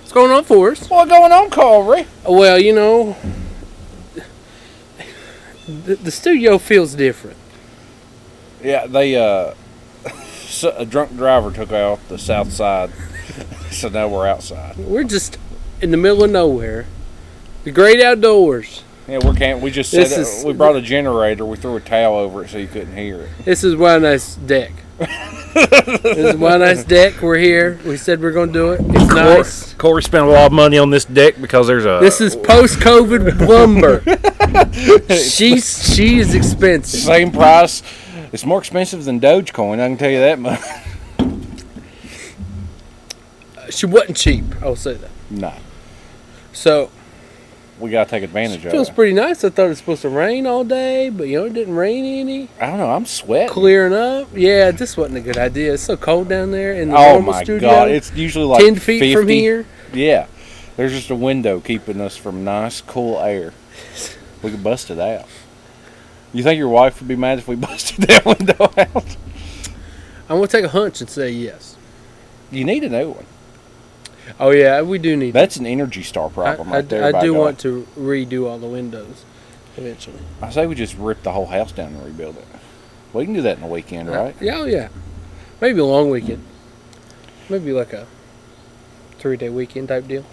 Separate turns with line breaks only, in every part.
What's going on, Forrest?
What going on, Carvery?
Well, you know, the, the studio feels different.
Yeah, they uh, s- a drunk driver took out the south side, so now we're outside.
We're just in the middle of nowhere. The great outdoors.
Yeah, we're can't. We just
This
set it-
is-
we brought a generator. We threw a towel over it so you couldn't hear it.
This is one nice deck. this is one nice deck. We're here. We said we're going to do it. It's nice.
Corey spent a lot of money on this deck because there's a.
This is post-COVID lumber. she's she is expensive.
Same price. It's more expensive than Dogecoin. I can tell you that much.
She wasn't cheap. I'll say that.
nah,
So
we gotta take advantage
it
of
feels
it.
pretty nice. I thought it was supposed to rain all day, but you know it didn't rain any.
I don't know. I'm sweating.
Clearing up. Yeah, this wasn't a good idea. It's so cold down there in the
oh
normal
my
studio.
god! It's usually like
ten feet
50.
from here.
Yeah, there's just a window keeping us from nice, cool air. We could bust it out. You think your wife would be mad if we busted that window out?
I'm gonna take a hunch and say yes.
You need a new one.
Oh yeah, we do need.
That's an Energy Star
I,
problem
I,
right there.
I
by
do
God.
want to redo all the windows eventually.
I say we just rip the whole house down and rebuild it. We can do that in a weekend, right?
Yeah, oh yeah. Maybe a long weekend. Maybe like a three-day weekend type deal.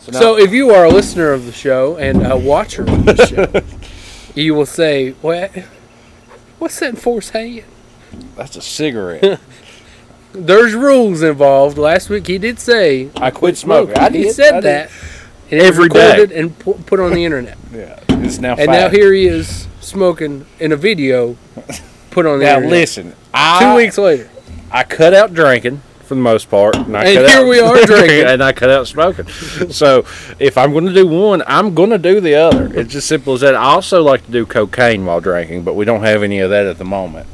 So,
So if you are a listener of the show and a watcher of the show, you will say, "What? What's that force hand?"
that's a cigarette.
There's rules involved. Last week he did say
I quit smoking. I
he
did,
said
I did.
that. And it's
Every day.
recorded and pu- put on the internet.
Yeah, it's now.
And now here he is smoking in a video put on the
Now
internet.
listen. I,
Two weeks later.
I cut out drinking for the most part, and, I
And
cut
here
out-
we are drinking.
and I cut out smoking. so if I'm going to do one, I'm going to do the other. It's as simple as that. I also like to do cocaine while drinking, but we don't have any of that at the moment.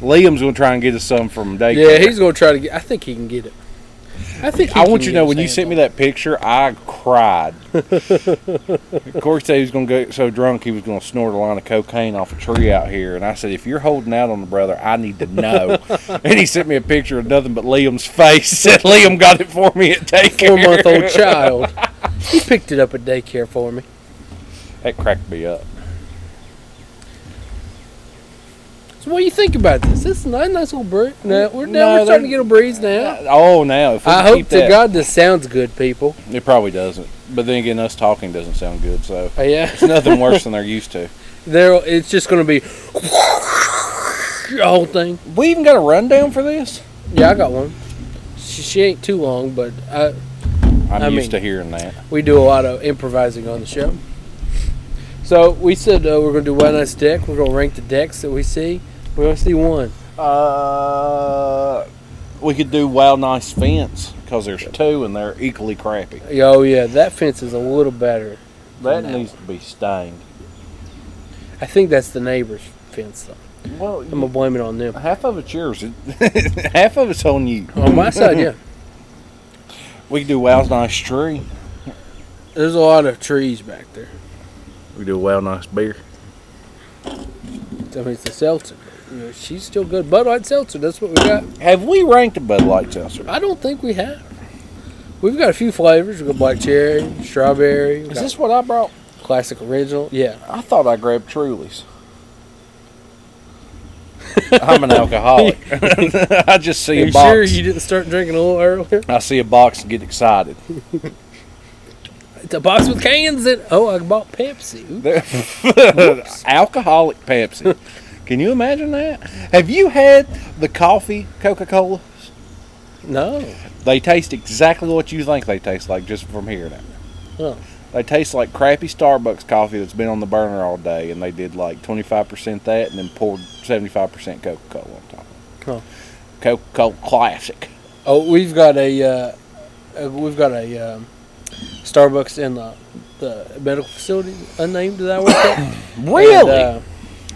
Liam's gonna try and get us some from daycare.
Yeah, he's going to try to get I think he can get it. I think he
I
can
want you to
get
know
his
when you
hands
sent me
on it.
that picture, I cried. Corey said he was going to get so drunk he was going to snort a line of cocaine off a tree out here, and I said, "If you're holding out on the brother, I need to know." and he sent me a picture of nothing but Liam's face. Said Liam got it for me at daycare.
four month old child. He picked it up at daycare for me.
That cracked me up.
So what do you think about this? This is a nice little breeze. Now we're now
No,
we're starting to
they're-
get a breeze now.
Oh, now if we
I
keep
hope to
that,
God this sounds good, people.
it probably doesn't. But then again, us talking doesn't sound good, so
Uh, yeah.
it's nothing worse than they're used to.
There, it's just gonna be the whole thing.
We even got a rundown for this.
Yeah, I got one. She, she ain't too long, but I,
I'm
I mean-
used to hearing that.
we do a lot of improvising on the show. So we said uh, we're gonna do one nice deck. We're gonna rank the decks that we see. We only see one.
Uh, we could do wild nice fence because there's two and they're equally crappy.
Oh yeah, that fence is a little better.
That needs to be stained.
I think that's the neighbor's fence though.
Well,
I'm gonna blame it on them.
half of it's yours. half of it's on you.
On my side, yeah.
We could do wild nice tree.
There's a lot of trees back there.
We do a well nice beer.
I mean, it's a seltzer. You know, she's still good. Bud Light seltzer. That's what we got.
Have we ranked a Bud Light seltzer?
I don't think we have. We've got a few flavors. We've got black cherry, strawberry. We've
Is
got
this what I brought?
classic original? Yeah.
I thought I grabbed Truly's. I'm an alcoholic. I just see
Are
a
you
box.
sure you didn't start drinking a little earlier?
I see a box and get excited.
It's a box with cans in. Oh, I bought Pepsi. Ooh.
alcoholic Pepsi. Can you imagine that? Have you had the coffee Coca Cola?
No.
They taste exactly what you think they taste like just from hearing it.
Oh.
They taste like crappy Starbucks coffee that's been on the burner all day, and they did like 25% that and then poured 75% Coca Cola on top.
Huh.
Coca Cola Classic.
Oh, we've got a uh, uh, we've got a um, Starbucks in the the medical facility unnamed that I work at.
Really?
And, uh,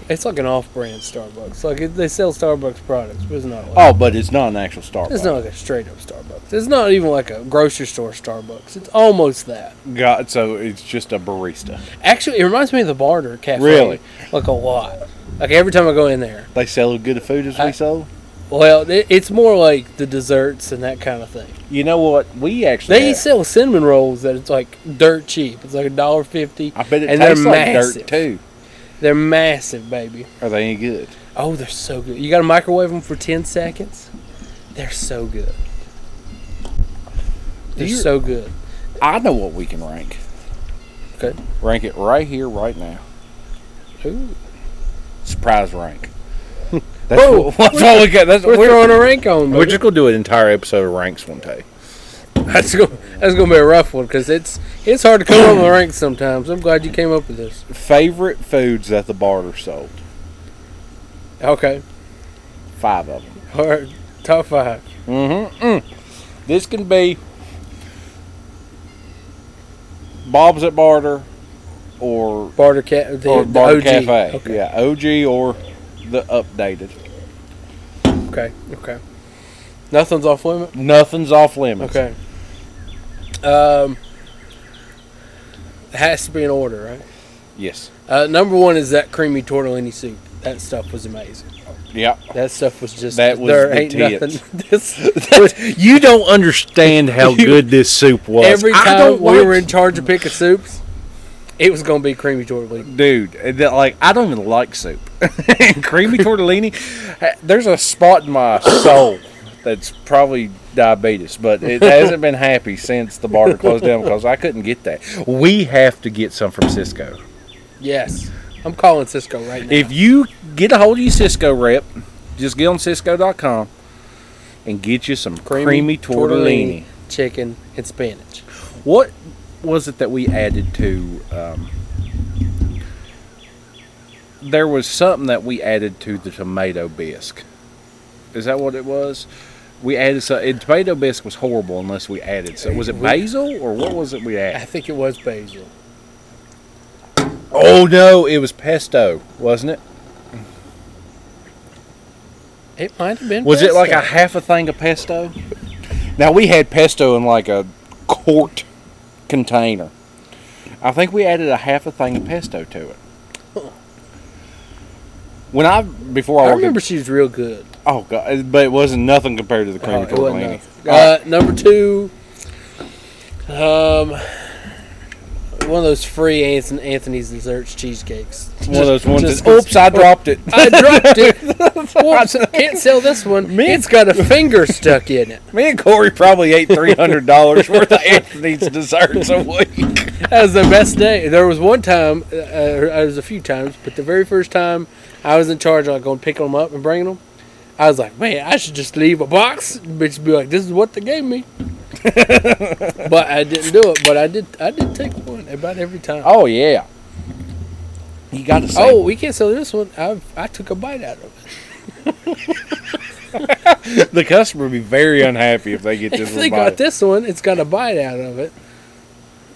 it's like an off-brand Starbucks. Like it, they sell Starbucks products, but it's not. Like,
oh, but it's not an actual Starbucks.
it's not like a straight-up Starbucks. It's not even like a grocery store Starbucks. It's almost that.
God, so it's just a barista.
Actually, it reminds me of the Barter Cafe.
Really?
Like a lot. Like every time I go in there,
They sell as good a food as
I-
we sell.
Well, it, it's more like the desserts and that kind of thing.
You know what? We actually.
They
had-
sell cinnamon rolls that it's like dirt cheap. It's like a dollar fifty.
I bet it
and they're
tastes like
massive.
dirt too.
They're massive, baby.
Are they any good?
Oh, they're so good. You got to microwave them for ten seconds. They're so good. They're
You're-
so good.
I know what we can rank.
Okay.
Rank it right here, right now.
Ooh.
Surprise rank. That's,
Whoa.
what, that's all we got. That's,
We're,
we're,
throwing a rank on.
we're
baby.
just gonna do an entire episode of ranks one day.
That's gonna, that's gonna be a rough one because it's it's hard to come up with ranks sometimes. I'm glad you came up with this.
Favorite foods that the barter sold.
Okay,
Five of them.
all right, top five.
Mm-hmm. This can be Bob's at Barter or
Barter cat. The,
or
the
Barter
OG.
Cafe.
Okay.
Yeah, OG or the updated.
Okay. Okay. Nothing's off limit.
Nothing's off limits.
Okay. Um, it has to be in order, right?
Yes.
Uh, number one is that creamy tortellini soup. That stuff was amazing.
Yeah.
That stuff was just
That was
there
the
ain't
tits.
nothing. This,
you don't understand how
You-
good this soup was.
every
I
time
don't
we
like-
were in charge of picking soups, it was gonna be creamy tortellini.
Dude, uh, that, like I don't even like soup. Creamy tortellini. uh, There's a spot in my soul that's probably diabetes, but it hasn't been happy since the barter closed down because I couldn't get that.
we have to get some from Cisco.
Yes, I'm calling Cisco right now.
If you get a hold of your Cisco rep, just get on Cisco.com and get you some creamy, tortellini.
chicken, and spinach.
What was it that we added to? Um, there was something that we added to the tomato bisque. Is that what it was? We added some. And tomato bisque was horrible unless we added. So was it
We-
basil or what was it we
I
added?
think it was basil.
Oh no, it was pesto, wasn't it?
It might have been.
Was it like a
pesto.
half a thing of pesto? Now we had pesto in like a quart container. I think we added a half a thing of pesto to it. When I before I,
I
worked at-
remember she was real good.
oh god, but it wasn't nothing compared to the
Oh,
creamy
it wasn't
tortellini.
enough. Uh, number two, um, one of those free Anson- Anthony's desserts cheesecakes.
one of those ones.
Just
That, oops, I dropped it.
I dropped it. Whoops, can't sell this one. It's got a finger stuck in it.
Me and Corey probably ate three hundred dollars worth of Anthony's desserts a week.
That was the best day. There was one time, uh, uh, there was a few times, but the very first time I was in charge of like, going picking them up and bringing them, I was like, man, I should just leave a box, bitch, be like, this is what they gave me. but I didn't do it. But I did. I did take one about every time.
Oh yeah, you got to say.
Oh, we can't sell this one. I I took a bite out of it.
the customer would be very unhappy if they get this.
If they
one
got
bite.
this one, it's got a bite out of it.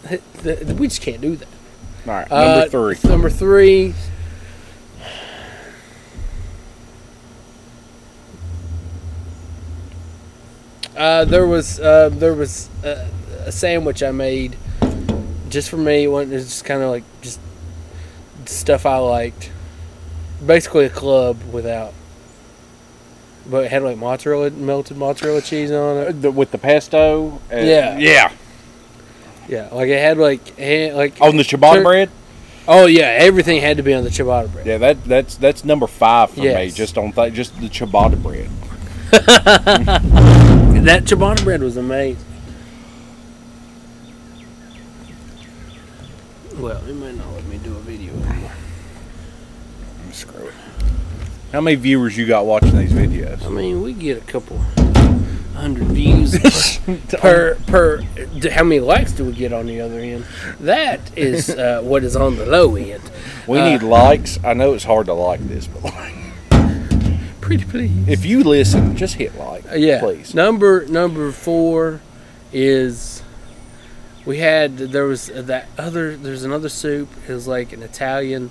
Th- th- We just can't do that.
All right, number
Uh,
three.
Number three. Uh, there was uh, there was a, a sandwich I made just for me. One it's just kind of like just stuff I liked. Basically, a club without, but it had like mozzarella melted mozzarella cheese on it.
Uh, The, with the pesto. and-
Yeah.
Yeah.
Yeah, like it had like eh, like
On the ciabatta
Sure.
bread.
oh yeah, everything had to be on the ciabatta bread.
Yeah, that that's that's number five for me.
Yes.
Just on th- just the ciabatta bread.
That ciabatta bread was amazing. Well, it might not let me do a video anymore.
Screw it. How many viewers you got watching these
I
videos?
mean, we get a couple hundred views
Um,
per per. d- How many likes do we get on the other end? That is uh, what is on the low end.
We
Uh,
need likes. I know it's hard to like this, but like,
Pretty please.
if you listen, just hit like.
Uh, yeah.
Please.
Number number four is we had there was that other there's another soup. It was like an Italian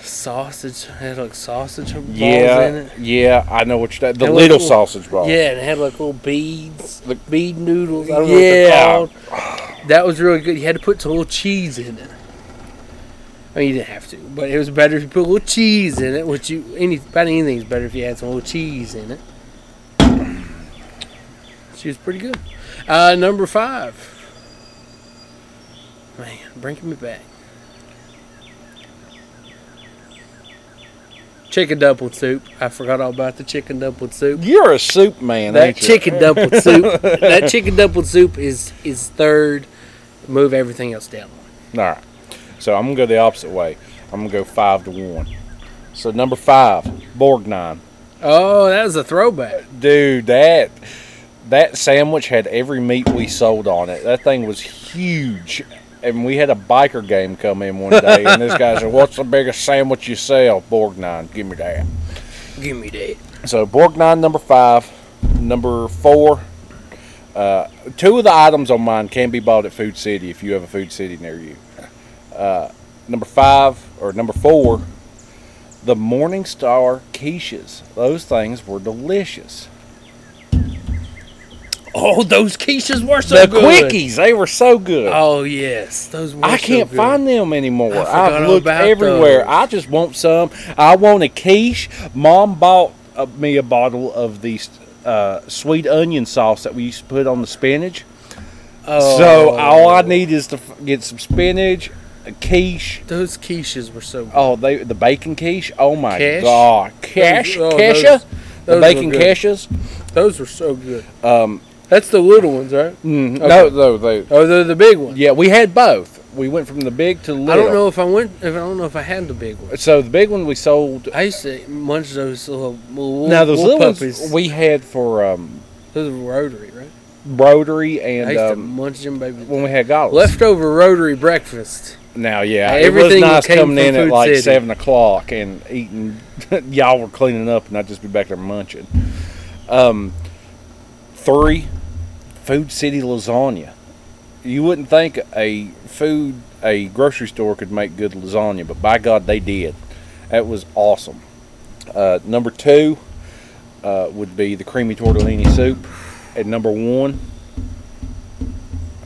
sausage. It had like sausage balls in
Yeah.
it.
Yeah. I know what you're. The
And
little
little-
sausage ball.
Yeah, and it had like little beads,
The-
bead noodles. I don't know
Yeah.
what they're called. That was really good. You had to put some little cheese in it. I mean, you didn't have to, but it was better if you put a little cheese in it. Which you any about anything's better if you had some little cheese in it. She was pretty good. Uh, number five. Man, bringing me back. Chicken dumpling soup. I forgot all about the chicken dumpling soup.
You're a soup man.
That
ain't you?
chicken dumpling soup. That chicken dumpling soup is is third. Move everything else down.
All right. So I'm gonna go the opposite way. I'm gonna go five to one. So number five, Borgnine.
Oh, that was a throwback.
Dude, that that sandwich had every meat we sold on it. That thing was huge. And we had a biker game come in one day, and this guy said, "What's the biggest sandwich you sell?" Borgnine. Give me that.
Give me that.
So Borgnine number five, number four. Uh, two of the items on mine can be bought at Food City if you have a Food City near you. Uh, number five or number four, the Morning Star quiches. Those things were delicious.
Oh, those quiches were so
the
good.
quickies, they were so good.
Oh yes, those were.
I can't find them anymore.
I forgot
I've
all
looked
about
everywhere.
those.
I just want some. I want a quiche. Mom bought uh, me a bottle of the uh, sweet onion sauce that we used to put on the spinach.
Oh,
So all I need is to f- get some spinach, a quiche.
Those quiches were so. Good.
Oh, they the bacon quiche. Oh my
Quiche?
god, cash,
oh,
kesha,
those-
the
those
bacon
were good.
keshes.
Those were so good.
Um,
That's the little ones, right?
mm,
Okay.
No, no, they.
Oh, they're the big ones.
Yeah, we had both. We went from the big to little.
I don't know if I went. If I don't know if I had the big ones.
So the big one we sold
I used to munch those little. little
Now those
wool
little
puppies.
ones we had for um,
those were rotary, right?
broderie
I
and
used to
um,
munch them, baby.
when we had goblins.
Leftover rotary breakfast.
Now, yeah,
Everything
it was nice
came
coming
from
in at
Food
like
City.
seven o'clock and eating. y'all were cleaning up, and I'd just be back there munching. Um, three, Food City lasagna. You wouldn't think a food a grocery store could make good lasagna, but by God, they did. That was awesome. Uh, number two uh, would be the creamy tortellini soup, and number one,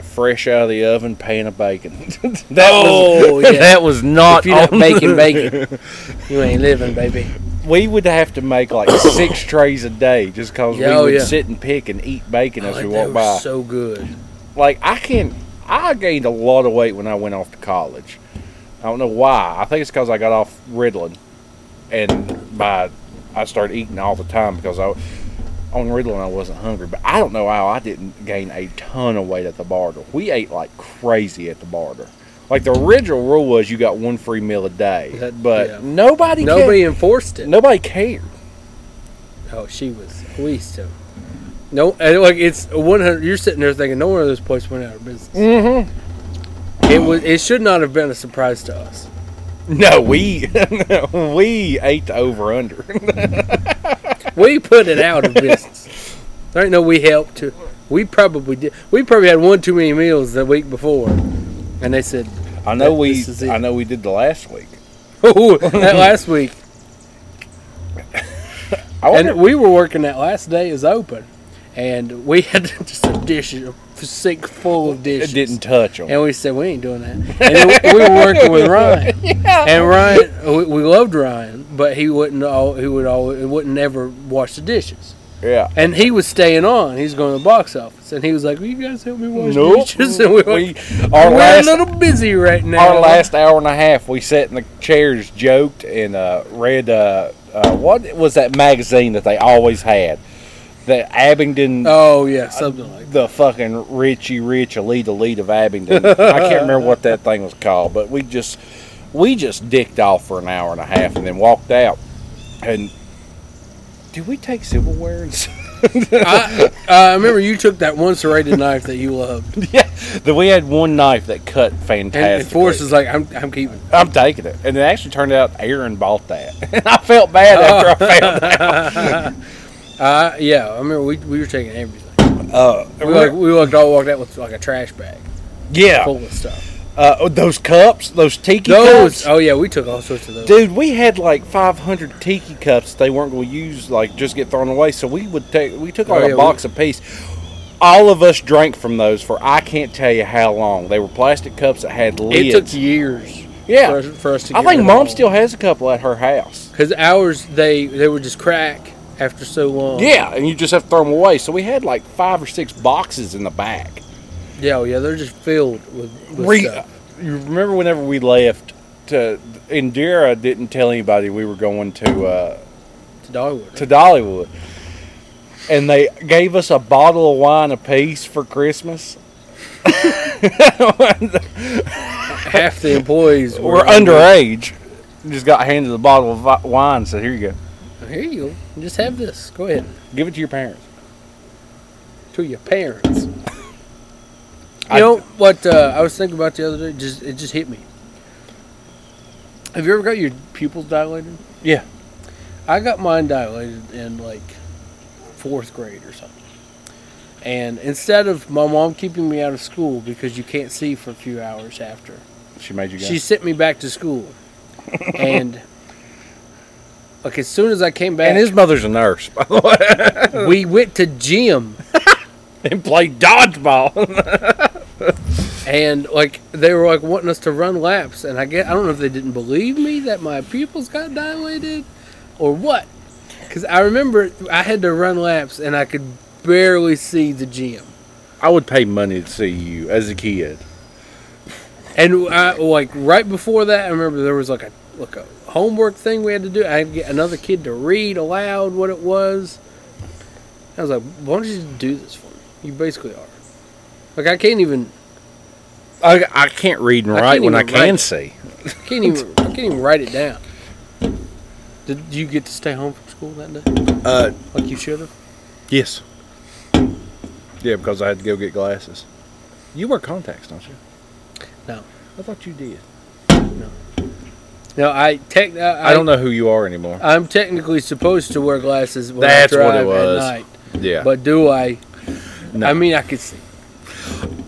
fresh out of the oven pan of bacon. that
Oh,
was
yeah.
that was not
if you're not
on-
making bacon, you ain't living, baby.
we would have to make like six trays a day just because
Yeah, oh,
we would
yeah.
sit and pick and eat bacon as
Oh,
we
they
walked
were
by.
so good.
like I can, I gained a lot of weight when I went off to college. I don't know why. I think it's because I got off Ritalin, and by I started eating all the time because I on Ritalin I wasn't hungry. But I don't know how I didn't gain a ton of weight at the barter. We ate like crazy at the barter. Like the original rule was you got one free meal a day,
That-
but
yeah.
nobody
Nobody enforced it.
cared. nobody cared.
Oh, she was police too. No, and like it's one hundred. You're sitting there thinking, no one of those places went out of business.
Mm-hmm.
It was. It should not have been a surprise to us.
No, we we ate the over under.
We put it out of business. There ain't no we helped to. We probably did. We probably had one too many meals the week before, and they said,
I know
That-
we
this is it.
I know we did the last week.
"Oh, that last week."
I wonder,
And we were working that last day is open, and we had just a dish, a sink full of dishes.
it didn't touch them.
And we said, we ain't doing that. And then we were working with Ryan. And Ryan, we, we loved Ryan, but he wouldn't, all, he would all, he wouldn't ever wash the dishes.
yeah.
And he was staying on. He's going to the box office. And he was like, will you guys help me wash
Nope.
dishes? And we were,
We,
like,
our
we're
last
a little busy right now.
our last hour and a half, we sat in the chairs, joked, and uh, read uh, uh, what was that magazine that they always had, the Abingdon.
Oh, yeah, something like
the fucking Richie Rich Alita Lead of Abingdon. I can't remember what that thing was called, but we just we just dicked off for an hour and a half and then walked out. And did we take silverware? And
that. I, I remember you took that one serrated knife that you loved.
yeah, that we had one knife that cut
And,
fantastic.
and Forrest is like, I'm, I'm keeping it."
I'm taking it, and it actually turned out Aaron bought that. And I felt bad after
Oh.
I found out.
Uh, yeah, I remember we, we were taking everything.
Uh,
We, like, we walked all walked out with like a trash bag
yeah,
full of stuff.
uh, those cups, those tiki
Those,
cups.
oh yeah, we took all sorts of those.
Dude, we had like 500 tiki cups they weren't going to use, like just get thrown away. So we would take, we took like
Oh,
a
yeah,
box apiece. All of us drank from those for I can't tell you how long. They were plastic cups that had
it
lids.
took years.
Yeah.
for us, for us to.
I
get rid
think
of
mom
all.
still has a couple at her house.
Because ours, they they were just crack after so long.
Yeah, and you just have to throw them away. So we had like five or six boxes in the back.
Yeah, oh, yeah, they're just filled with, with
Re-
stuff.
you remember whenever we left to Indira didn't tell anybody we were going to uh,
It's dogwood.
to Dollywood, and they gave us a bottle of wine apiece for Christmas.
Half the employees were,
We're underage. Just got handed a bottle of vi- wine. So here you go.
Here you go. Just have this. Go ahead.
Give it to your parents.
To your parents. You
I-
know what uh, I was thinking about the other day? Just It just hit me. Have you ever got your pupils dilated?
Yeah.
I got mine dilated in like fourth grade or something. And instead of my mom keeping me out of school because you can't see for a few hours after,
She made you go.
she sent me back to school. and like as soon as I came back,
and his mother's a nurse, by the way,
we went to gym
and played dodgeball.
and like they were like wanting us to run laps and I get I don't know if they didn't believe me that my pupils got dilated or what. Cuz I remember I had to run laps and I could barely see the gym.
I would pay money to see you as a kid.
And I, like right before that, I remember there was like a like a homework thing we had to do. I had to get another kid to read aloud what it was. I was like, "Why don't you just do this for me? You basically are." Like I can't even
I, I can't read and
I can't
write when I
even
can
write.
see.
can't even I can't even write it down. Did you get to stay home from school that day?
Uh,
Like you should have.
yes. Yeah, because I had to go get glasses. You wear contacts, don't you?
No.
I thought you did.
No, I tech. I,
I, don't know who you are anymore.
I'm technically supposed to wear glasses when
That's
I
what it
drive
was.
at night,
yeah.
but do I?
No.
I mean, I could see.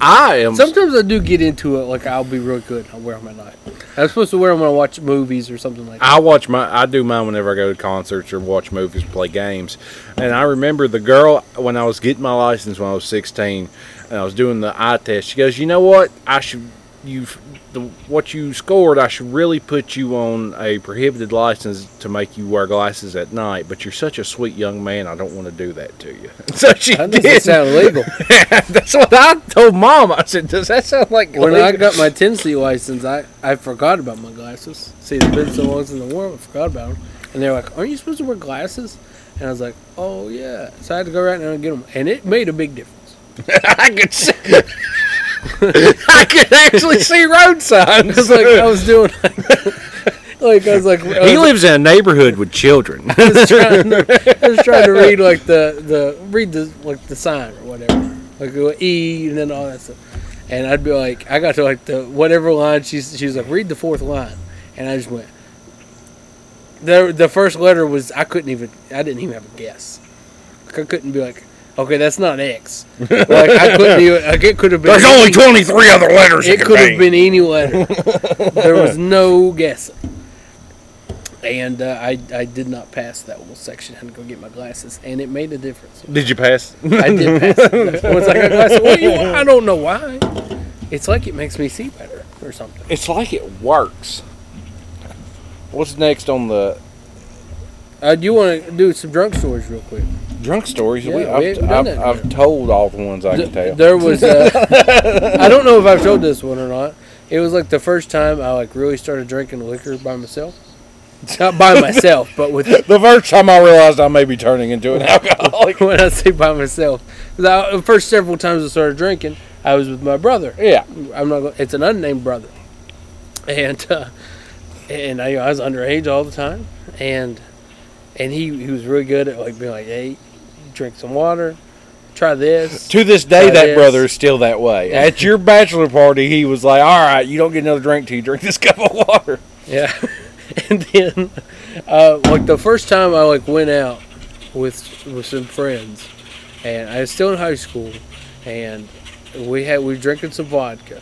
I am.
Sometimes I do get into it. Like I'll be real good. I'll wear them at night. I'm supposed to wear them when I watch movies or something like that.
I watch my. I do mine whenever I go to concerts or watch movies, or play games. And I remember the girl when I was getting my license when I was 16, and I was doing the eye test. She goes, "You know what? I should you the, what you scored. I should really put you on a prohibited license to make you wear glasses at night. But you're such a sweet young man. I don't want to do that to you." So she
That
did.
doesn't sound legal.
That's what I told mom. I said, "Does that sound like?"
When I
illegal?"
got my Tennessee license, I, I forgot about my glasses. See, it's been so long since the war, I forgot about them. And they're like, "Aren't you supposed to wear glasses?" And I was like, "Oh yeah." So I had to go right now and get them, and it made a big difference.
I could see. I could actually see road signs.
It's like I was doing, like I was like, I
he
was,
lives in a neighborhood with children.
I was trying to, I was trying to read like the the read the like the sign or whatever, like the E and then all that stuff. And I'd be like, I got to like the whatever line she's she was like, read the fourth line, and I just went. The the first letter was I couldn't even I didn't even have a guess. Like, I couldn't be like, okay, that's not X. Like I couldn't even like it could have been.
There's only 23 other letters.
It could have been any letter. there was no guessing. And uh, I, I did not pass that little section. I had to go get my glasses, and it made a difference.
Did you pass?
I did pass it. Once I got glasses, well, you know, I don't know why. It's like it makes me see better or something.
It's like it works. What's next on the
I Uh, do want to do some drunk stories real quick.
drunk stories?
Yeah, we
I've,
haven't done
I've,
that
I've
yet.
told all the ones I can
Th-
tell.
there was I I don't know if I've told this one or not. It was like the first time I like really started drinking liquor by myself. Not by myself, but with
the first time I realized I may be turning into an alcoholic.
when I say by myself. 'Cause I, the first several times I started drinking, I was with my brother.
Yeah.
I'm not. gonna- It's an unnamed brother, and uh, and I, I was underage all the time, and and he, he was really good at like being like, hey, drink some water, try this.
To this day,
That
that
is-
brother is still that way. At your bachelor party, he was like, "All right, you don't get another drink till you drink this cup of water."
Yeah, and then uh, like the first time I like went out with with some friends, and I was still in high school, and we had we were drinking some vodka,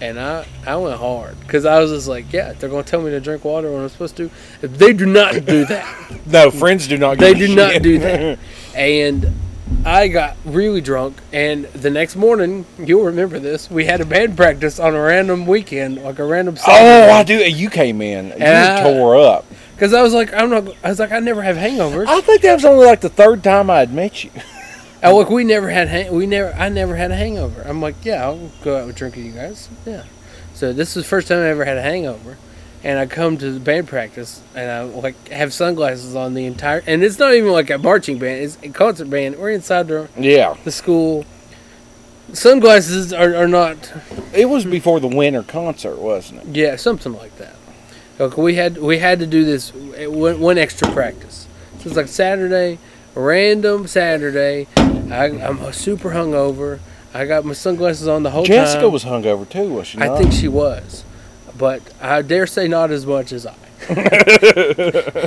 and I I went hard because I was just like, yeah, they're gonna tell me to drink water when I'm supposed to. They do not do that.
No, friends do not.
They
give a
do not
shit.
do that. And I got really drunk, and the next morning, you'll remember this. We had a band practice on a random weekend, like a random
Oh, I
Saturday.
do. You came in. You
Yeah.
tore up.
Because I was like, I'm not. I was like, I never have hangovers.
I think that was only like the third time I had met you.
Oh, look, we never had hang- we never I never had a hangover. I'm like, yeah, I'll go out and drink with you guys. Yeah. So this is the first time I ever had a hangover, and I come to the band practice and I like have sunglasses on the entire. And it's not even like a marching band; it's a concert band. We're inside the,
Yeah.
the school. Sunglasses are, are not
It was before the winter concert, wasn't it?
yeah something like that. Like we had we had to do this uh, one, one extra practice. So it's like Saturday, random Saturday. I, I'm super hungover. I got my sunglasses on the whole
Jessica
time.
was hungover too, was she not?
I think she was, but I dare say not as much as I. I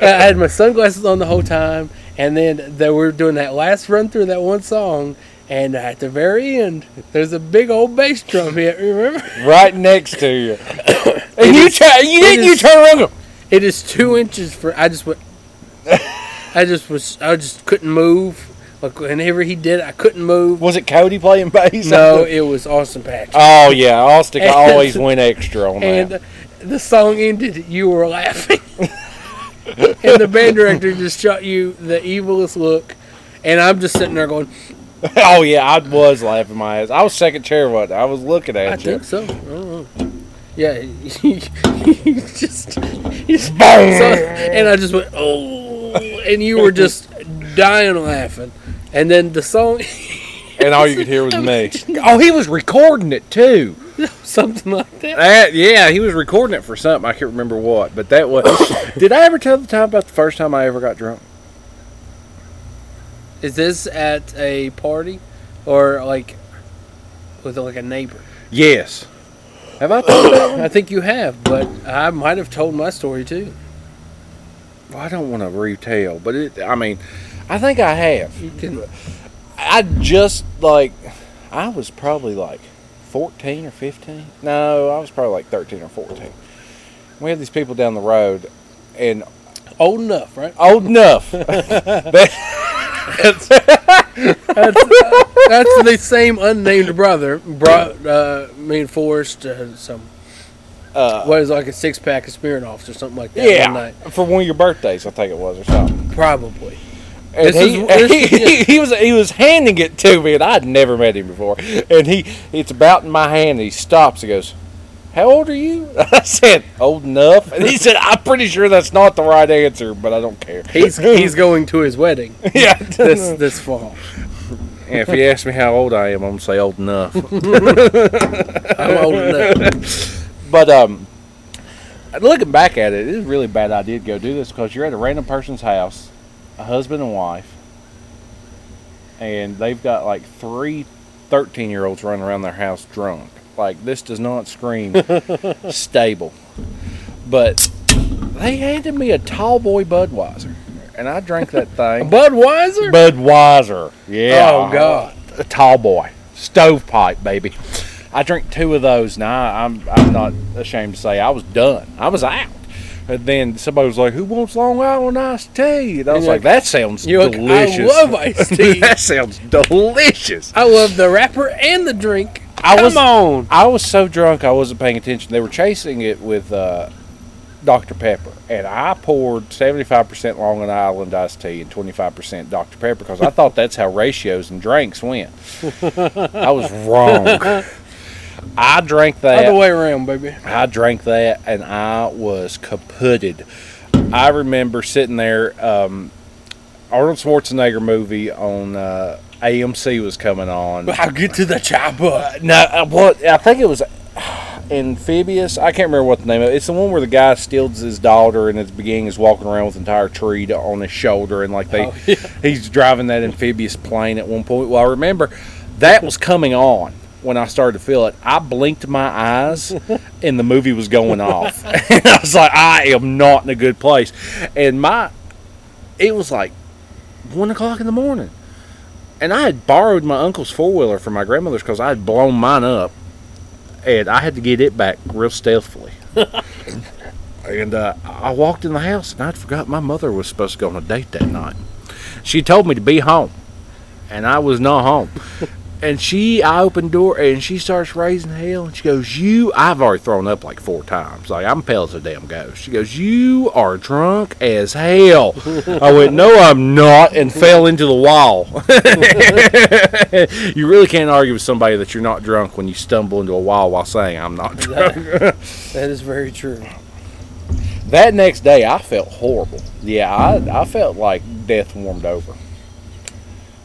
had my sunglasses on the whole time, and then they were doing that last run through that one song, and at the very end, there's a big old bass drum hit. Remember?
right next to you. and you
is-
try, you
it
didn't. You
is-
turn around. and go,
It is two inches for. I just went. I just was. I just couldn't move. Like whenever he did, I couldn't move.
Was it Cody playing bass?
No, it was Austin Patrick.
Oh yeah, Austin
And-
always went extra on that.
and the song ended. You were laughing, and the band director just shot you the evilest look. And I'm just sitting there going,
oh yeah, I was laughing my ass. I was second chair, what? I was looking at
I
you.
think so. I don't know. Yeah, you just, you just
Boom.
So- and I just went, oh, and you were just dying laughing. And then the song,
and all you could hear was me. Oh, he was recording it too.
something like that.
That, yeah, he was recording it for something. I can't remember what, but that was. did I ever tell the time about the first time I ever got drunk?
Is this at a party or like with like a neighbor?
Yes. Have I told that one?
I think you have, but I might have told my story too.
Well, I don't want to retell, but it, I mean, I think I have.
You can,
I just like, I was probably like 14 or 15. No, I was probably like 13 or 14. We had these people down the road, and
old enough, right?
old enough. They-
That's the same unnamed brother brought uh, me and Forrest uh, some
uh,
what is it, like a six pack of Smirnoffs or something like that.
yeah,
one night.
for one of your birthdays, I think it was or something.
probably.
And
This
he,
is- this-
he, he was he was handing it to me, and I'd never met him before. And he it's about in my hand. And he stops and goes, "How old are you?" I said, "Old enough." And he said, "I'm pretty sure that's not the right answer, but I don't care."
He's he's going to his wedding
yeah.
this this fall.
if you ask me how old I am, I'm gonna say old enough.
I'm old enough.
But um, looking back at it, it is a really bad idea to go do this because you're at a random person's house, a husband and wife, and they've got like three 13 year olds running around their house drunk. Like, this does not scream stable. But they handed me a tall boy Budweiser, and I drank that thing.
Budweiser.
Budweiser. Yeah.
Oh, God.
A tall boy. Stovepipe, baby. I drink two of those. Now I'm I'm not ashamed to say I was done. I was out. And then somebody was like, "Who wants Long Island iced tea?" And I was
You're
like, "That sounds
You're like,
delicious.
I love iced tea.
that sounds delicious."
I love the wrapper and the drink.
I
Come
was-
on.
I was so drunk I wasn't paying attention. They were chasing it with uh, Dr. Pepper, and I poured 75% Long Island iced tea and 25% Dr. Pepper because I thought that's how ratios and drinks went. I was wrong. I drank that.
Other way around, baby.
I drank that and I was kaputted. I remember sitting there. Um, Arnold Schwarzenegger movie on uh, AMC was coming on.
I'll get to the chopper.
No, uh, what I think it was amphibious. I can't remember what the name of it. It's the one where the guy steals his daughter, and at the beginning is walking around with an entire tree to, on his shoulder, and like they,
Oh, yeah.
he's driving that amphibious plane at one point. Well, I remember that was coming on when I started to feel it. I blinked my eyes, and the movie was going off, and I was like, I am not in a good place, and my, it was like one o'clock in the morning. And I had borrowed my uncle's four wheeler from my grandmother's because I had blown mine up, and I had to get it back real stealthily. and uh, I walked in the house, and I'd forgot my mother was supposed to go on a date that night. She told me to be home, and I was not home. and she, I opened door, and she starts raising hell, and she goes, "You, I've already thrown up like four times. Like I'm pale as a damn ghost." She goes, "You are drunk as hell." I went, "No, I'm not," and fell into the wall. you really can't argue with somebody that you're not drunk when you stumble into a wall while saying, "I'm not drunk."
That is very true.
That next day, I felt horrible. Yeah, I, I felt like death warmed over.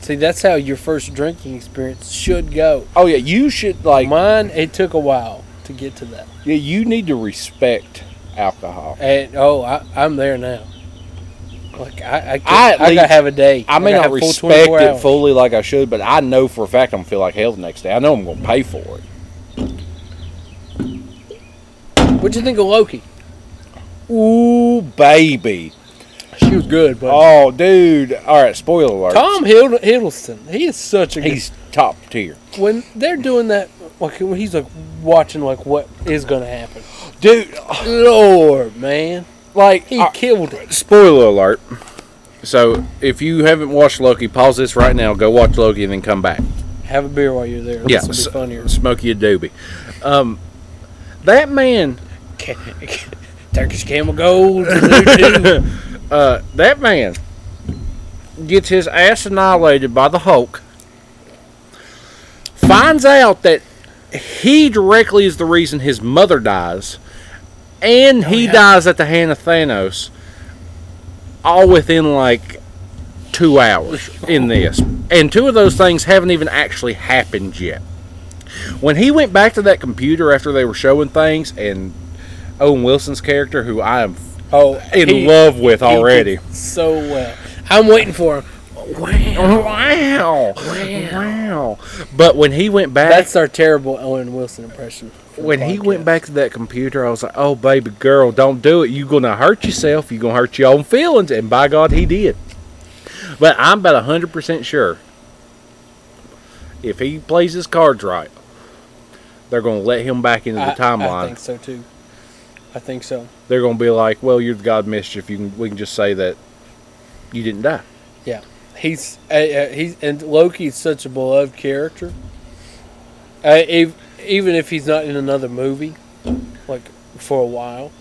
See, that's how your first drinking experience should go.
Oh yeah, you should like.
Mine, it took a while to get to that.
Yeah, you need to respect alcohol.
And oh, I, I'm there now. Like I, I, could,
I
I,
at
gotta
least-
have a day.
I may
gotta
not
have full
respect
24
it
hours.
fully like I should, but I know for a fact I'm gonna feel like hell the next day. I know I'm gonna pay for it.
What'd you think of Loki?
Ooh, baby.
She was good, but
Oh, dude. All right. Spoiler alert.
Tom Hidd- Hiddleston, he is such a.
He's top tier.
good, when they're doing that, like when he's like watching like what is gonna happen.
Dude,
Lord, man,
like
he
I-
killed it.
spoiler alert. So if you haven't watched Loki, pause this right now. Go watch Loki and then come back.
Have a beer while you're there.
Yeah,
This will be
so-
funnier.
Smoke you a doobie. Um, that man,
Turkish Camel Gold.
uh, that man gets his ass annihilated by the Hulk. Finds out that he directly is the reason his mother dies, and he
Oh, yeah.
dies at the hand of Thanos. All within like two hours in this, and two of those things haven't even actually happened yet. When he went back to that computer after they were showing things, and Owen Wilson's character, who I am
oh,
in
he-
love with
he did
already.
so well. I'm waiting for him.
Wow. Wow. But when he went back
That's our terrible Owen Wilson impression. for the
when he
podcast.
went back to that computer, I was like, Oh baby girl, don't do it. You're gonna hurt yourself, you're gonna hurt your own feelings and by God he did. But I'm about hundred percent sure if he plays his cards right, they're gonna let him back into the
I- I,
timeline.
think so too. I think so.
they're gonna be like, Well, you're the god of mischief, you can we can just say that you didn't die.
Yeah, he's uh, uh, he's and Loki's such a beloved character. Uh, ev- even if he's not in another movie, like for a while,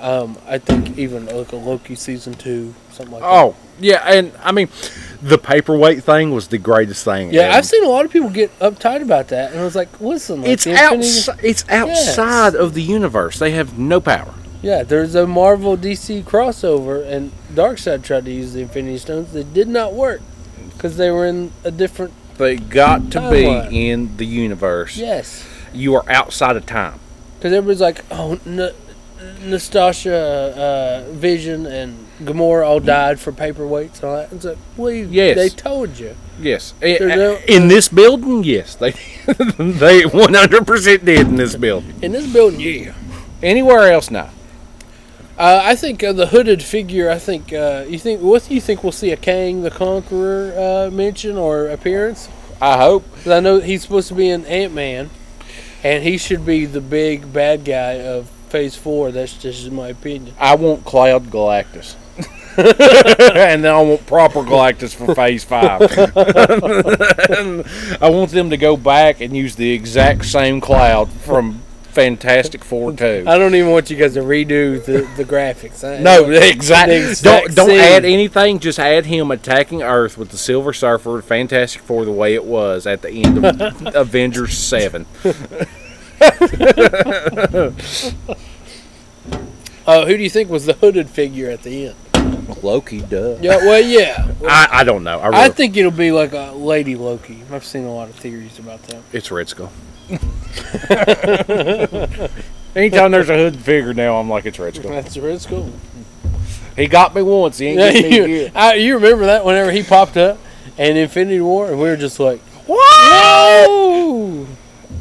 um, I think even like a Loki season two, something like that.
Oh yeah, and I mean, the paperweight thing was the greatest thing.
Yeah,
ever.
I've seen a lot of people get uptight about that, and I was like, listen, like,
It's
the Infinity-
outside. It's outside of the universe. They have no power.
Yeah, there's a Marvel DC crossover, and Darkseid tried to use the Infinity Stones. They did not work because they were in a different.
They got to be
Timeline.
in the universe.
Yes,
You are outside of time.
because everybody's like, oh, N- Nastasha, uh, Vision, and Gamora all died for paperweights and all that. It's like, well, you-
Yes.
they told you.
Yes. I-
They're
I-
no-
in this building, yes, they they one hundred percent did in this building.
In this building, yeah.
Anywhere else, no.
Uh, I think uh, the hooded figure. I think uh, you think what do you think we'll see a Kang the Conqueror uh, mention or appearance?
I hope.
Because I know he's supposed to be an Ant Man, and he should be the big bad guy of Phase Four. That's just my opinion.
I want Cloud Galactus. and then I want proper Galactus for Phase 5. I want them to go back and use the exact same Cloud from Fantastic Four 2.
I don't even want you guys to redo the, the graphics. I,
No, exactly.
The exact
Don't don't
scene.
add anything. Just add him attacking Earth with the Silver Surfer, Fantastic Four, the way it was at the end of Avengers Seven.
Uh, who do you think was the hooded figure at the end?
Loki, duh.
Yeah, well, yeah.
I, I don't know. I, really,
I think it'll be like a Lady Loki. I've seen a lot of theories about that.
it's Red Skull.
Anytime there's a hood figure now, I'm like, it's Red Skull.
That's it's cool.
He got me once. He ain't
Yeah,
got me
you,
again.
I, you remember that whenever he popped up in Infinity War, and we were just like,
Whoa!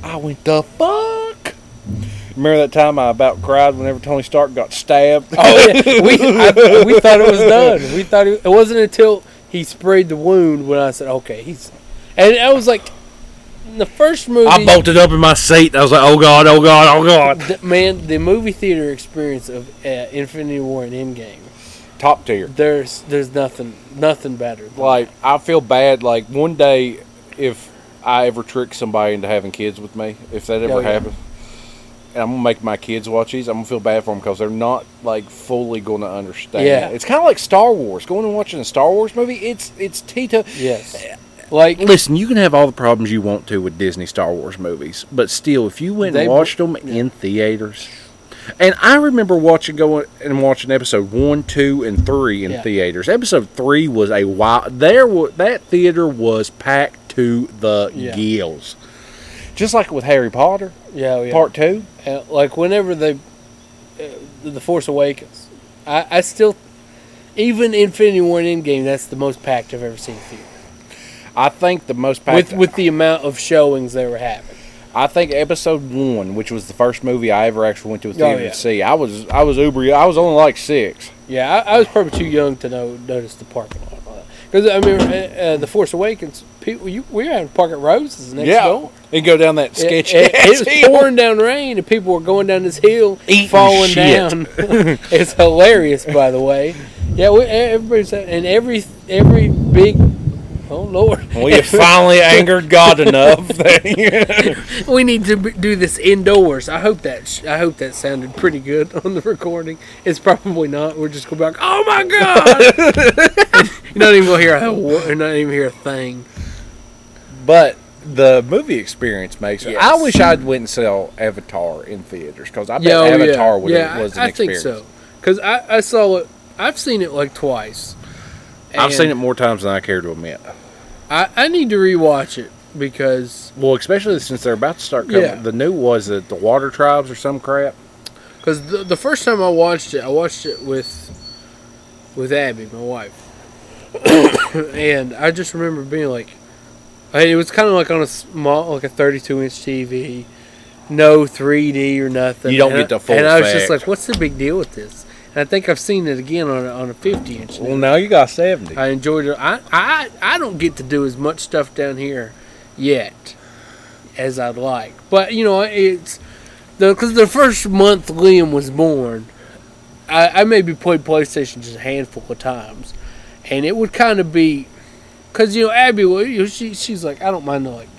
I went the fuck. Remember that time I about cried whenever Tony Stark got stabbed?
Oh yeah, we I, we thought it was done. We thought it, it wasn't until he sprayed the wound when I said, "Okay, he's," and I was like, in the first movie,
I bolted up in my seat. I was like, "Oh god! Oh god! Oh god!"
th- man, the movie theater experience of uh, Infinity War and Endgame
top tier.
There's there's nothing nothing better. than
Like I feel bad. Like one day, if I ever trick somebody into having kids with me, if that ever
Oh, yeah.
happens, and I'm gonna make my kids watch these, I'm gonna feel bad for them because they're not like fully gonna understand.
Yeah.
it's kind of like Star Wars. Going and watching a Star Wars movie, it's it's Tito.
that. yes,
Eh,
like
Listen, you can have all the problems you want to with Disney Star Wars movies, but still, if you went
They
and
br-
watched them in theaters, and I remember watching going and watching episode one, two, and three in
Yeah.
theaters. Episode three was a wild. There were that theater was packed to the
Yeah.
gills.
Just like with Harry Potter
yeah, oh, yeah.
Part Two,
Uh, like whenever they, uh, the Force Awakens, I, I still, even Infinity War and Endgame, that's the most packed I've ever seen. Theater.
I think the most
With
packed-
with the amount of showings they were having.
I think episode one, which was the first movie I ever actually went to a
Oh,
theater
yeah.
to see, I was I was uber I was only like six.
Yeah, I, I was probably too young to know notice the parking lot. Because I mean, uh, uh, the Force Awakens, people, you, we were having to park at Roses next
yeah,
door.
and go down that
It-
sketchy
It, it was
ass hill.
pouring down rain, and people were going down this hill,
Eating
falling
shit.
down. it's hilarious, by the way. Yeah, we, e- everybody's and every every big. Oh Lord,
Well, you finally angered God enough. that-
we need to b- do this indoors. I hope that sh- I hope that sounded pretty good on the recording. It's probably not. We're just going to be like, oh my god! you're not even gonna hear a wo- you're not even hear a thing.
but the movie experience makes it. I
Yes.
wish I'd went and saw Avatar in theaters because I bet
Yeah, oh,
Avatar
yeah.
would
yeah,
was an
I, I think
experience.
so. Because I, I saw it. I've seen it like twice.
I've seen
And-
it more times than I care to admit.
I, I need to rewatch it because
Well, especially since they're about to start coming.
Yeah.
The new was that the Water Tribes or some crap.
because the, the first time I watched it, I watched it with with Abby, my wife, and I just remember being like, I mean, it was kind of like on a small, like a 32 inch TV, no 3D or nothing.
You don't
And
get the
I-
full
And I was just
effect.
like, what's the big deal with this? And I think I've seen it again on a, on a 50 inch.
Well, now you got seventy.
I enjoyed it. I, I I don't get to do as much stuff down here yet as I'd like, but you know it's the because the first month Liam was born, I, I maybe played PlayStation just a handful of times, and it would kind of be because you know Abby, well, you know, she she's like I don't mind the like.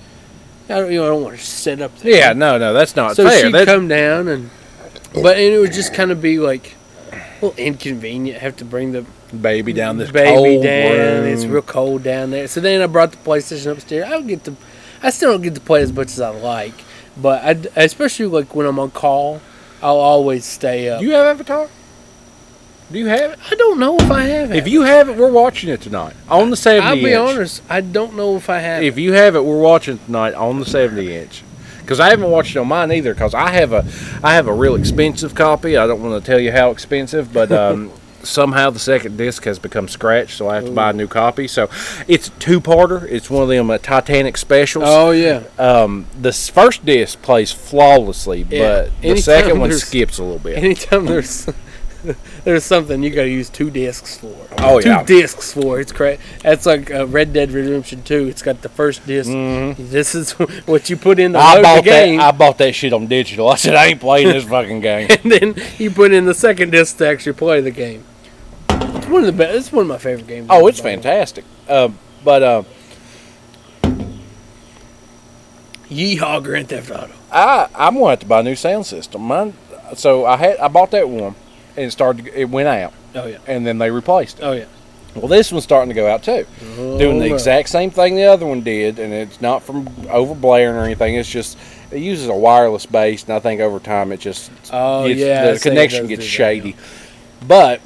I don't, you know, I don't want to sit up there.
Yeah, no, no, that's not
So
fair.
she'd
That-
come down and, but and it would just kind of be like, a little inconvenient. Have to bring the
baby down this
baby
cold
down.
room.
It's real cold down there. So then I brought the PlayStation upstairs. I don't get to, I still don't get to play as much as I like. But I, d- especially like when I'm on call, I'll always stay up.
Do you have Avatar? Do you have it?
I don't know if I have it.
If you have it, we're watching it tonight on the 70
I'll be
inch.
honest, I don't know if I have.
If you have it, we're watching it tonight on the 70 inch. Because I haven't watched it on mine either. Because I have a, I have a real expensive copy. I don't want to tell you how expensive, but um, somehow the second disc has become scratched, so I have to buy a new copy. So it's a two-parter. It's one of them uh, Titanic specials.
oh yeah,
Um, the s- first disc plays flawlessly,
Yeah.
but the
Anytime
second one
there's-
skips a little bit.
anytime there's. There's something you got to use two discs for.
Oh,
Two
yeah.
discs for. It's cra That's like uh, Red Dead Redemption 2. It's got the first disk
Mm-hmm.
This is what you put in to
I
load the
bought that.
game.
I bought that shit on digital. I said I ain't playing this fucking game.
and then you put in the second disc to actually play the game. It's one of the best. It's one of my favorite games.
Oh, it's fantastic. Um, but um,
Yeehaw, Grand Theft Auto.
I I'm gonna have to buy a new sound system. Mine. So I had I bought that one, and it started. to- It went out,
Oh yeah.
and then they replaced it.
Oh yeah.
Well, this one's starting to go out too, doing the
no.
exact same thing the other one did, and it's not from over blaring or anything. It's just it uses a wireless base, and I think over time it just
Oh,
it's-
yeah, I
the
see it
connection
does
gets
do that,
shady. But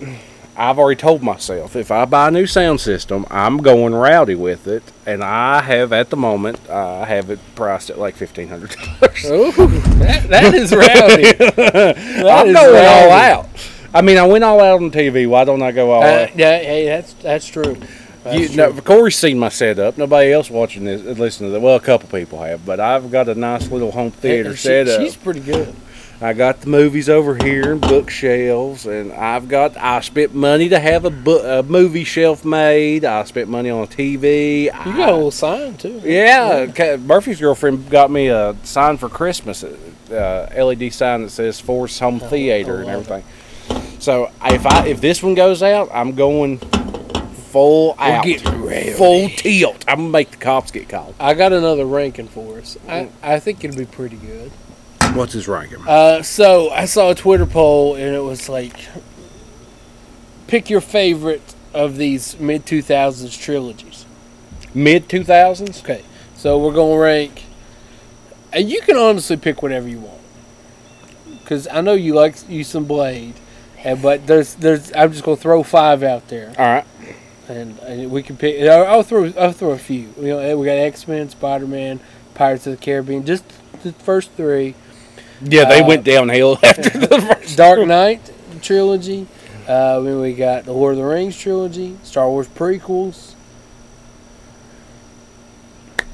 I've already told myself if I buy a new sound system, I'm going rowdy with it, and I have at the moment I have it priced at like fifteen hundred dollars.
Ooh, that, that is rowdy. That
I'm
is
going all
rowdy.
out. I mean, I went all out on TV. Why don't I go all
Uh,
out?
yeah. Hey, that's that's true. That's
You,
true.
no, Corey's seen my setup. Nobody else watching this, listen to that. Well, a couple people have, but I've got a nice little home theater
And she-
setup.
She's pretty good.
I got the movies over here and bookshelves, and I've got I spent money to have a, book, a movie shelf made. I spent money on a TV.
You got a little sign too.
Yeah, ca- Murphy's girlfriend got me a
uh, E
sign for Christmas, uh, LED sign that says Force Home Theater and
Oh, love it.
everything.
So if I if this one goes out, I'm going full out,
getting rowdy.
full tilt. I'm gonna make the cops get called.
I got another ranking for us. I, I think it'd be pretty good.
What's his ranking?
Uh, so I saw a Twitter poll and it was like, pick your favorite of these mid two thousands trilogies.
Mid two thousands.
Okay, so we're gonna rank, and you can honestly pick whatever you want, because I know you like you some Blade, and but there's there's I'm just gonna throw five out there,
All right.
and, and we can pick. and I'll, I'll throw I'll throw a few. You know, we got X Men, Spider Man, Pirates of the Caribbean, just the first three.
Yeah, they
Uh,
went downhill after the first.
Dark Knight trilogy. Uh, then we got the Lord of the Rings trilogy, Star Wars prequels.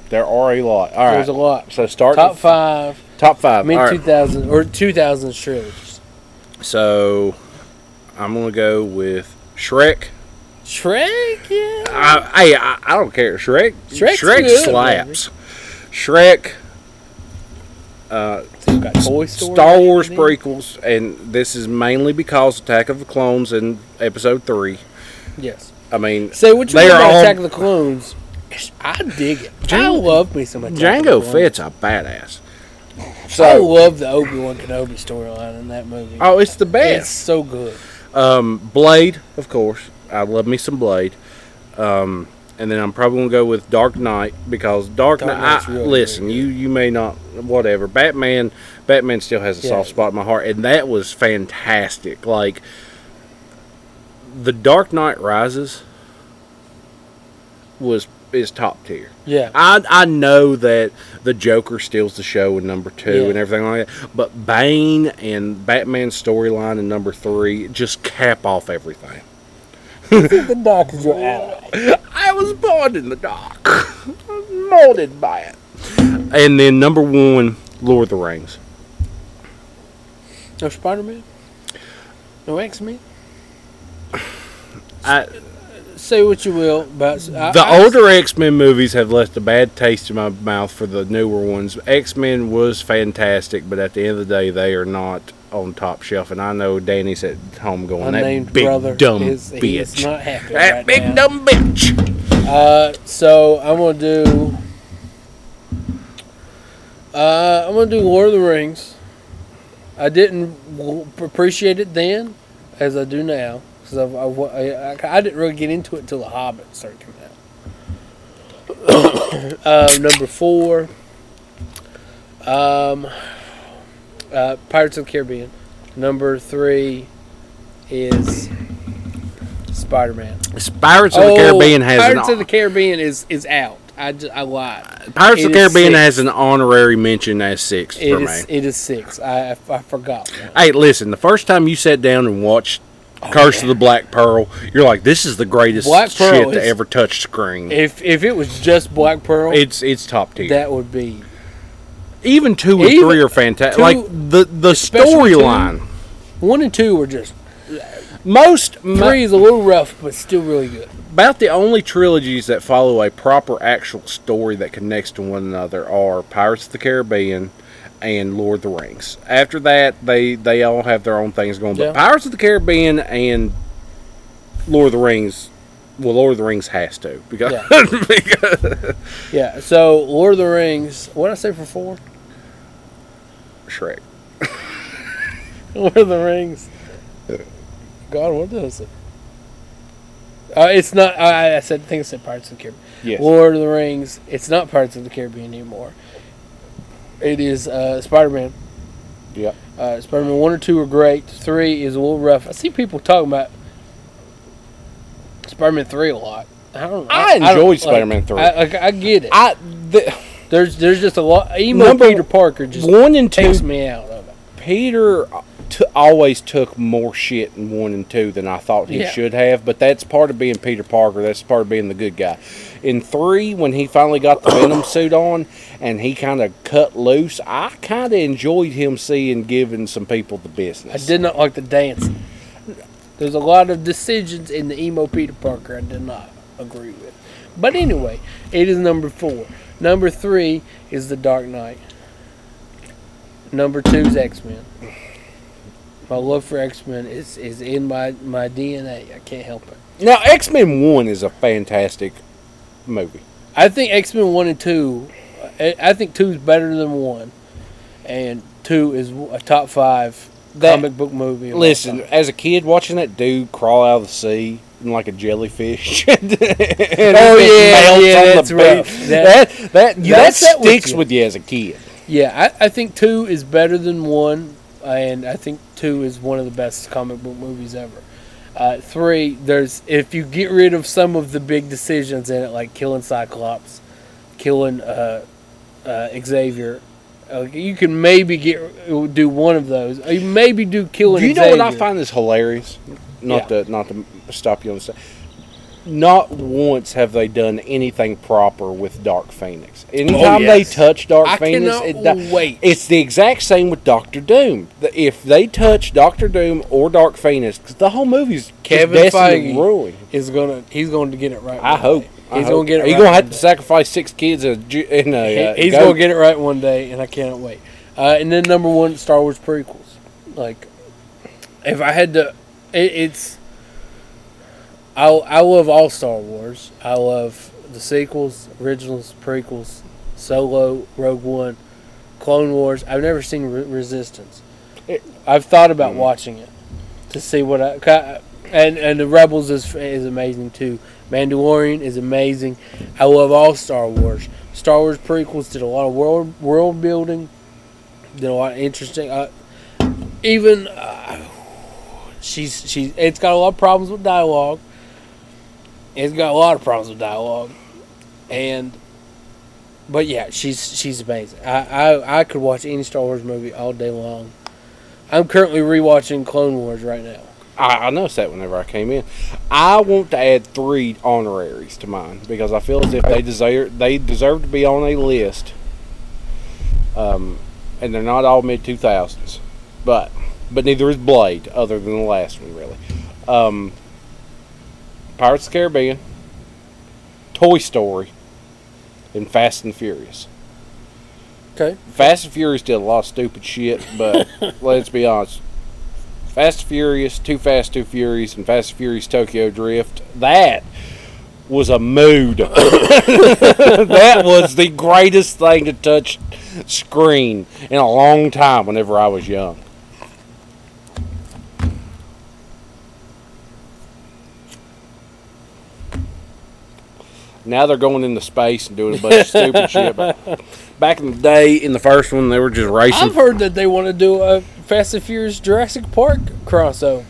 There are a lot. All right.
There's a lot.
So start
Top
with-
five,
Top five.
mid
All right.
two thousand or two thousands trilogies.
So I'm gonna go with Shrek.
Shrek, yeah.
I, hey, I, I don't care. Shrek.
Shrek's
Shrek
good,
slaps. Shrek. Uh,
So we got Toy Story.
Star Wars
in there.
prequels, and this is mainly because Attack of the Clones in Episode Three.
Yes.
I mean,
Say what you
They
want
are
about
all-
Attack of the Clones. I dig it. I
Django-
love me so much.
Django Fett's a badass.
I
So
love the Obi Wan Kenobi storyline in that movie.
Oh, it's the
it's
best.
so good.
Um, Blade, of course. I love me some Blade. Um, and then I'm probably gonna go with Dark Knight because Dark,
Dark
Knight.
Knight's
I,
really
listen,
good.
you you may not whatever. Batman, Batman still has a
Yeah.
soft spot in my heart, and that was fantastic. Like the Dark Knight Rises was is top tier.
Yeah.
I I know that the Joker steals the show in number two
Yeah.
and everything like that, but Bane and Batman's storyline in number three just cap off everything.
the Doc is your ally.
I was born in the dark, molded by it. And then number one, Lord of the Rings.
No Spider Man. No X Men.
I,
Say what you will about I,
the
I-
older X Men movies have left a bad taste in my mouth for the newer ones. X Men was fantastic, but at the end of the day, they are not on top shelf. And I know Danny's at home going,
unnamed
that big
brother
dumb
is,
bitch.
He's not happy
That
right
big
now.
dumb bitch.
Uh, so I'm gonna do. Uh, I'm gonna do Lord of the Rings. I didn't w- appreciate it then, as I do now, because I, wa- I, I, I didn't really get into it until The Hobbit started coming out. um, number four. Um, uh, Pirates of the Caribbean. Number three is Spider Man.
Pirates of the Caribbean has
Oh, Pirates
an
of the Caribbean is is out. I, ju- I lied.
Pirates of the
it is
Caribbean
six.
has an honorary mention as six
It
for
is
me.
it is six. I I, I forgot. one.
Hey, listen, the first time you sat down and watched Curse of the Black Pearl, you're like, this is the greatest
Oh, Black Pearl
shit to
is-
ever touch screen.
If if it was just Black Pearl,
it's it's top tier.
that would be
even two and
Even
three are fantastic.
two-
Like the the
especially
storyline,
one and two were just
most mo-
three is a little rough, but still really good.
about the only trilogies that follow a proper actual story that connects to one another are Pirates of the Caribbean and Lord of the Rings. After that, they they all have their own things going.
Yeah.
But Pirates of the Caribbean and Lord of the Rings, well, Lord of the Rings has to because, because
Yeah. So Lord of the Rings. What did I say for four?
Shrek.
Lord of the Rings. God, what does it? Uh, it's not. I, I said. I think I said Pirates of the Caribbean.
yes.
Lord of the Rings. It's not Pirates of the Caribbean anymore. It is uh, Spider Man.
Yep.
Uh, Spider Man 1 or 2 are great. 3 is a little rough. I see people talking about Spider Man 3 a lot. I don't
I
don't-
enjoyed
like,
Spider-Man 3.
I, like, I get it.
I the,
there's there's just a lot. Emo
Number
Peter Parker just
one and two.
takes me out of it.
Peter uh, t- always took more shit in one and two than I thought he
Yeah.
should have, but that's part of being Peter Parker. That's part of being the good guy. In three, when he finally got the Venom suit on and he kind of cut loose, I kind of enjoyed him seeing giving some people the
I
business.
did not like the dancing. There's a lot of decisions in the emo Peter Parker I did not agree with. But anyway, it is number four. Number three is The Dark Knight. Number two is X Men. My love for X Men is is in my my DNA. I can't help it.
Now, X Men 1 is a fantastic movie.
I think X Men one and two. I I think two is better than one, and two is a top five
That-
comic book movie. of all
Listen,
time.
as a kid, watching that dude crawl out of the sea and like a jellyfish. and
Oh, yeah, yeah, that's rough.
That,
That-
that, that,
that upset with
sticks
you.
with you as a kid.
yeah, I, I think two is better than one, and I think two is one of the best comic book movies ever. Uh, three, there's if you get rid of some of the big decisions in it, like killing Cyclops, killing uh, uh, Xavier. Uh, you can maybe get do one of those. Uh, You maybe do killing.
Do you know what I
Xavier.
find is hilarious? Not
Yeah.
to not to stop you on the side. Not once have they done anything proper with Dark Phoenix. Anytime
Oh, yes.
they touch Dark
I
Phoenix,
cannot
it di-
wait.
It's the exact same with Doctor Doom. The- If they touch Doctor Doom or Dark Phoenix, 'cause the whole movie's
Kevin
Kevin destined
Feige.
to ruin.
is gonna he's going to get it right.
I
one
hope.
day.
I
he's
hope.
gonna get it.
He's
right
gonna
one
have to
day.
sacrifice six kids in a. ju- In a uh,
He- he's
goat.
gonna get it right one day, and I cannot wait. Uh, and then number one, Star Wars prequels. Like, if I had to, it, it's. I I love all Star Wars. I love the sequels, originals, prequels, Solo, Rogue One, Clone Wars. I've never seen Re- Resistance.
It- Mm.
I've thought about watching it to see what I. 'cause I- And and the Rebels is is amazing too. Mandalorian is amazing. I love all Star Wars. Star Wars prequels did a lot of world world building. Did a lot of interesting. Uh, even uh, she's she's it's got a lot of problems with dialogue. It's got a lot of problems with dialogue, and but yeah, she's she's amazing. I I, I could watch any Star Wars movie all day long. I'm currently rewatching Clone Wars right now.
I, I noticed that whenever I came in. I want to add three honoraries to mine because I feel as if they deserve they deserve to be on a list. Um, and they're not all mid two thousands, but but neither is Blade, other than the last one really. Um, Pirates of the Caribbean, Toy Story, and Fast and Furious.
Okay.
Fast and Furious did a lot of stupid shit, but let's be honest. Fast and Furious, Too Fast, Too Furious, and Fast and Furious Tokyo Drift. That was a mood. that was the greatest thing to touch screen in a long time whenever I was young. Now they're going into space and doing a bunch of stupid shit. But back in the day, in the first one, they were just racing.
I've heard that they want to do a Fast and Furious Jurassic Park crossover.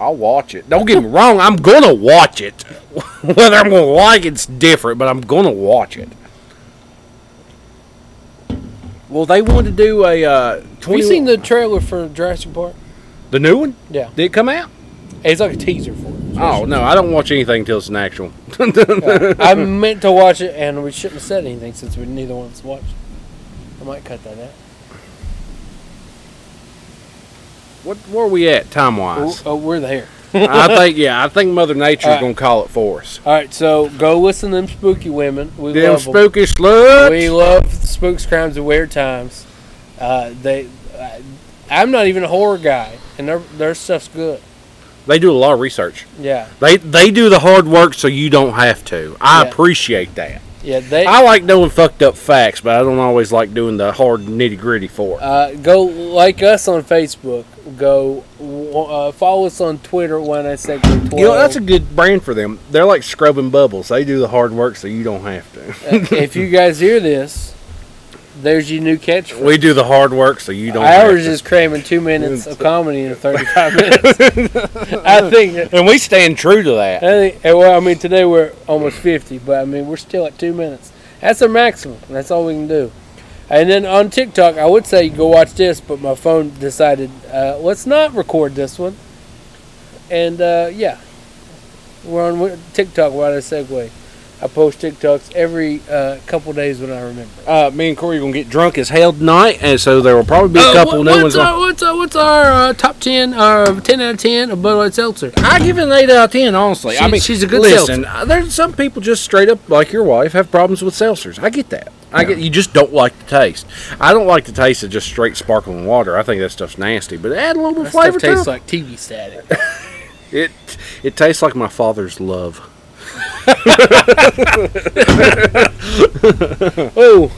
I'll watch it. Don't get me wrong, I'm gonna watch it. Whether I'm gonna like it's different, but I'm gonna watch it. Well, they wanted to do a uh,
Have
twenty.
you seen the trailer for Jurassic Park?
the new one?
Yeah.
Did it come out?
It's like a teaser for it.
Oh no, I don't watch anything until it's an actual.
I meant to watch it, and we shouldn't have said anything since we neither one of us watched. it. I might cut that out.
What where are we at time wise?
Oh, we're there.
I think yeah, I think Mother Nature's
Alright.
gonna call it for us.
All right, so go listen to them spooky women. We
Them
love 'em.
spooky sluts.
We love spooks, crimes, and weird times. Uh, they, I, I'm not even a horror guy, and their their stuff's good.
they do a lot of research.
Yeah,
They they do the hard work so you don't have to. I
Yeah.
appreciate that.
yeah. They
I like knowing fucked up facts, but I don't always like doing the hard nitty gritty for it.
uh, go like us on Facebook. Go uh, follow us on Twitter. When I say twelve,
you know, that's a good brand for them. They're like scrubbing bubbles. They do the hard work so you don't have to.
Uh, if you guys hear this, there's your new catchphrase.
we do the hard work so you don't have
Ours
to.
is cramming two minutes of comedy in 35 minutes. I think,
and we stand true to that.
I think, and well, I mean, today we're almost 50, but I mean, we're still at two minutes. That's our maximum. That's all we can do. And then on TikTok, I would say go watch this, but my phone decided uh, let's not record this one. And uh, yeah, we're on wi- TikTok. Why did I segue? I post TikToks every uh, couple days when I remember.
Uh, me and Corey are going to get drunk as hell tonight, and so there will
Uh,
probably be a couple new ones.
what's,
on-
our, what's our what's our uh, top ten? Our ten out of ten of Bud Light Seltzer.
I give it an 8 out of 10, honestly. I
She-
mean,
she's a good
Listen, uh, there's some people just straight up, like your wife, have problems with seltzers. I get that. I get you just don't like the taste. I don't like the taste of just straight sparkling water. I think that stuff's nasty, but add a little bit
That
of flavor
stuff
to
tastes like
it.
TV static.
it. It tastes like my father's love.
oh,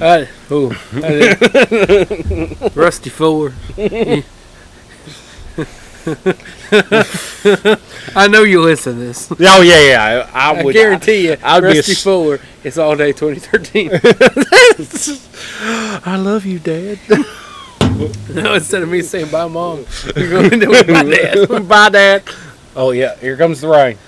Uh,
I, oh, I did. rusty four. I know you listen to this.
Oh yeah, yeah. I,
I,
would
guarantee you,
I'd be a
Rusty
s-
Fuller is all day 2013.
I love you, Dad.
no, instead of me saying bye, mom, you're going to do it by dad.
Bye, Dad. Oh yeah, here comes the rain.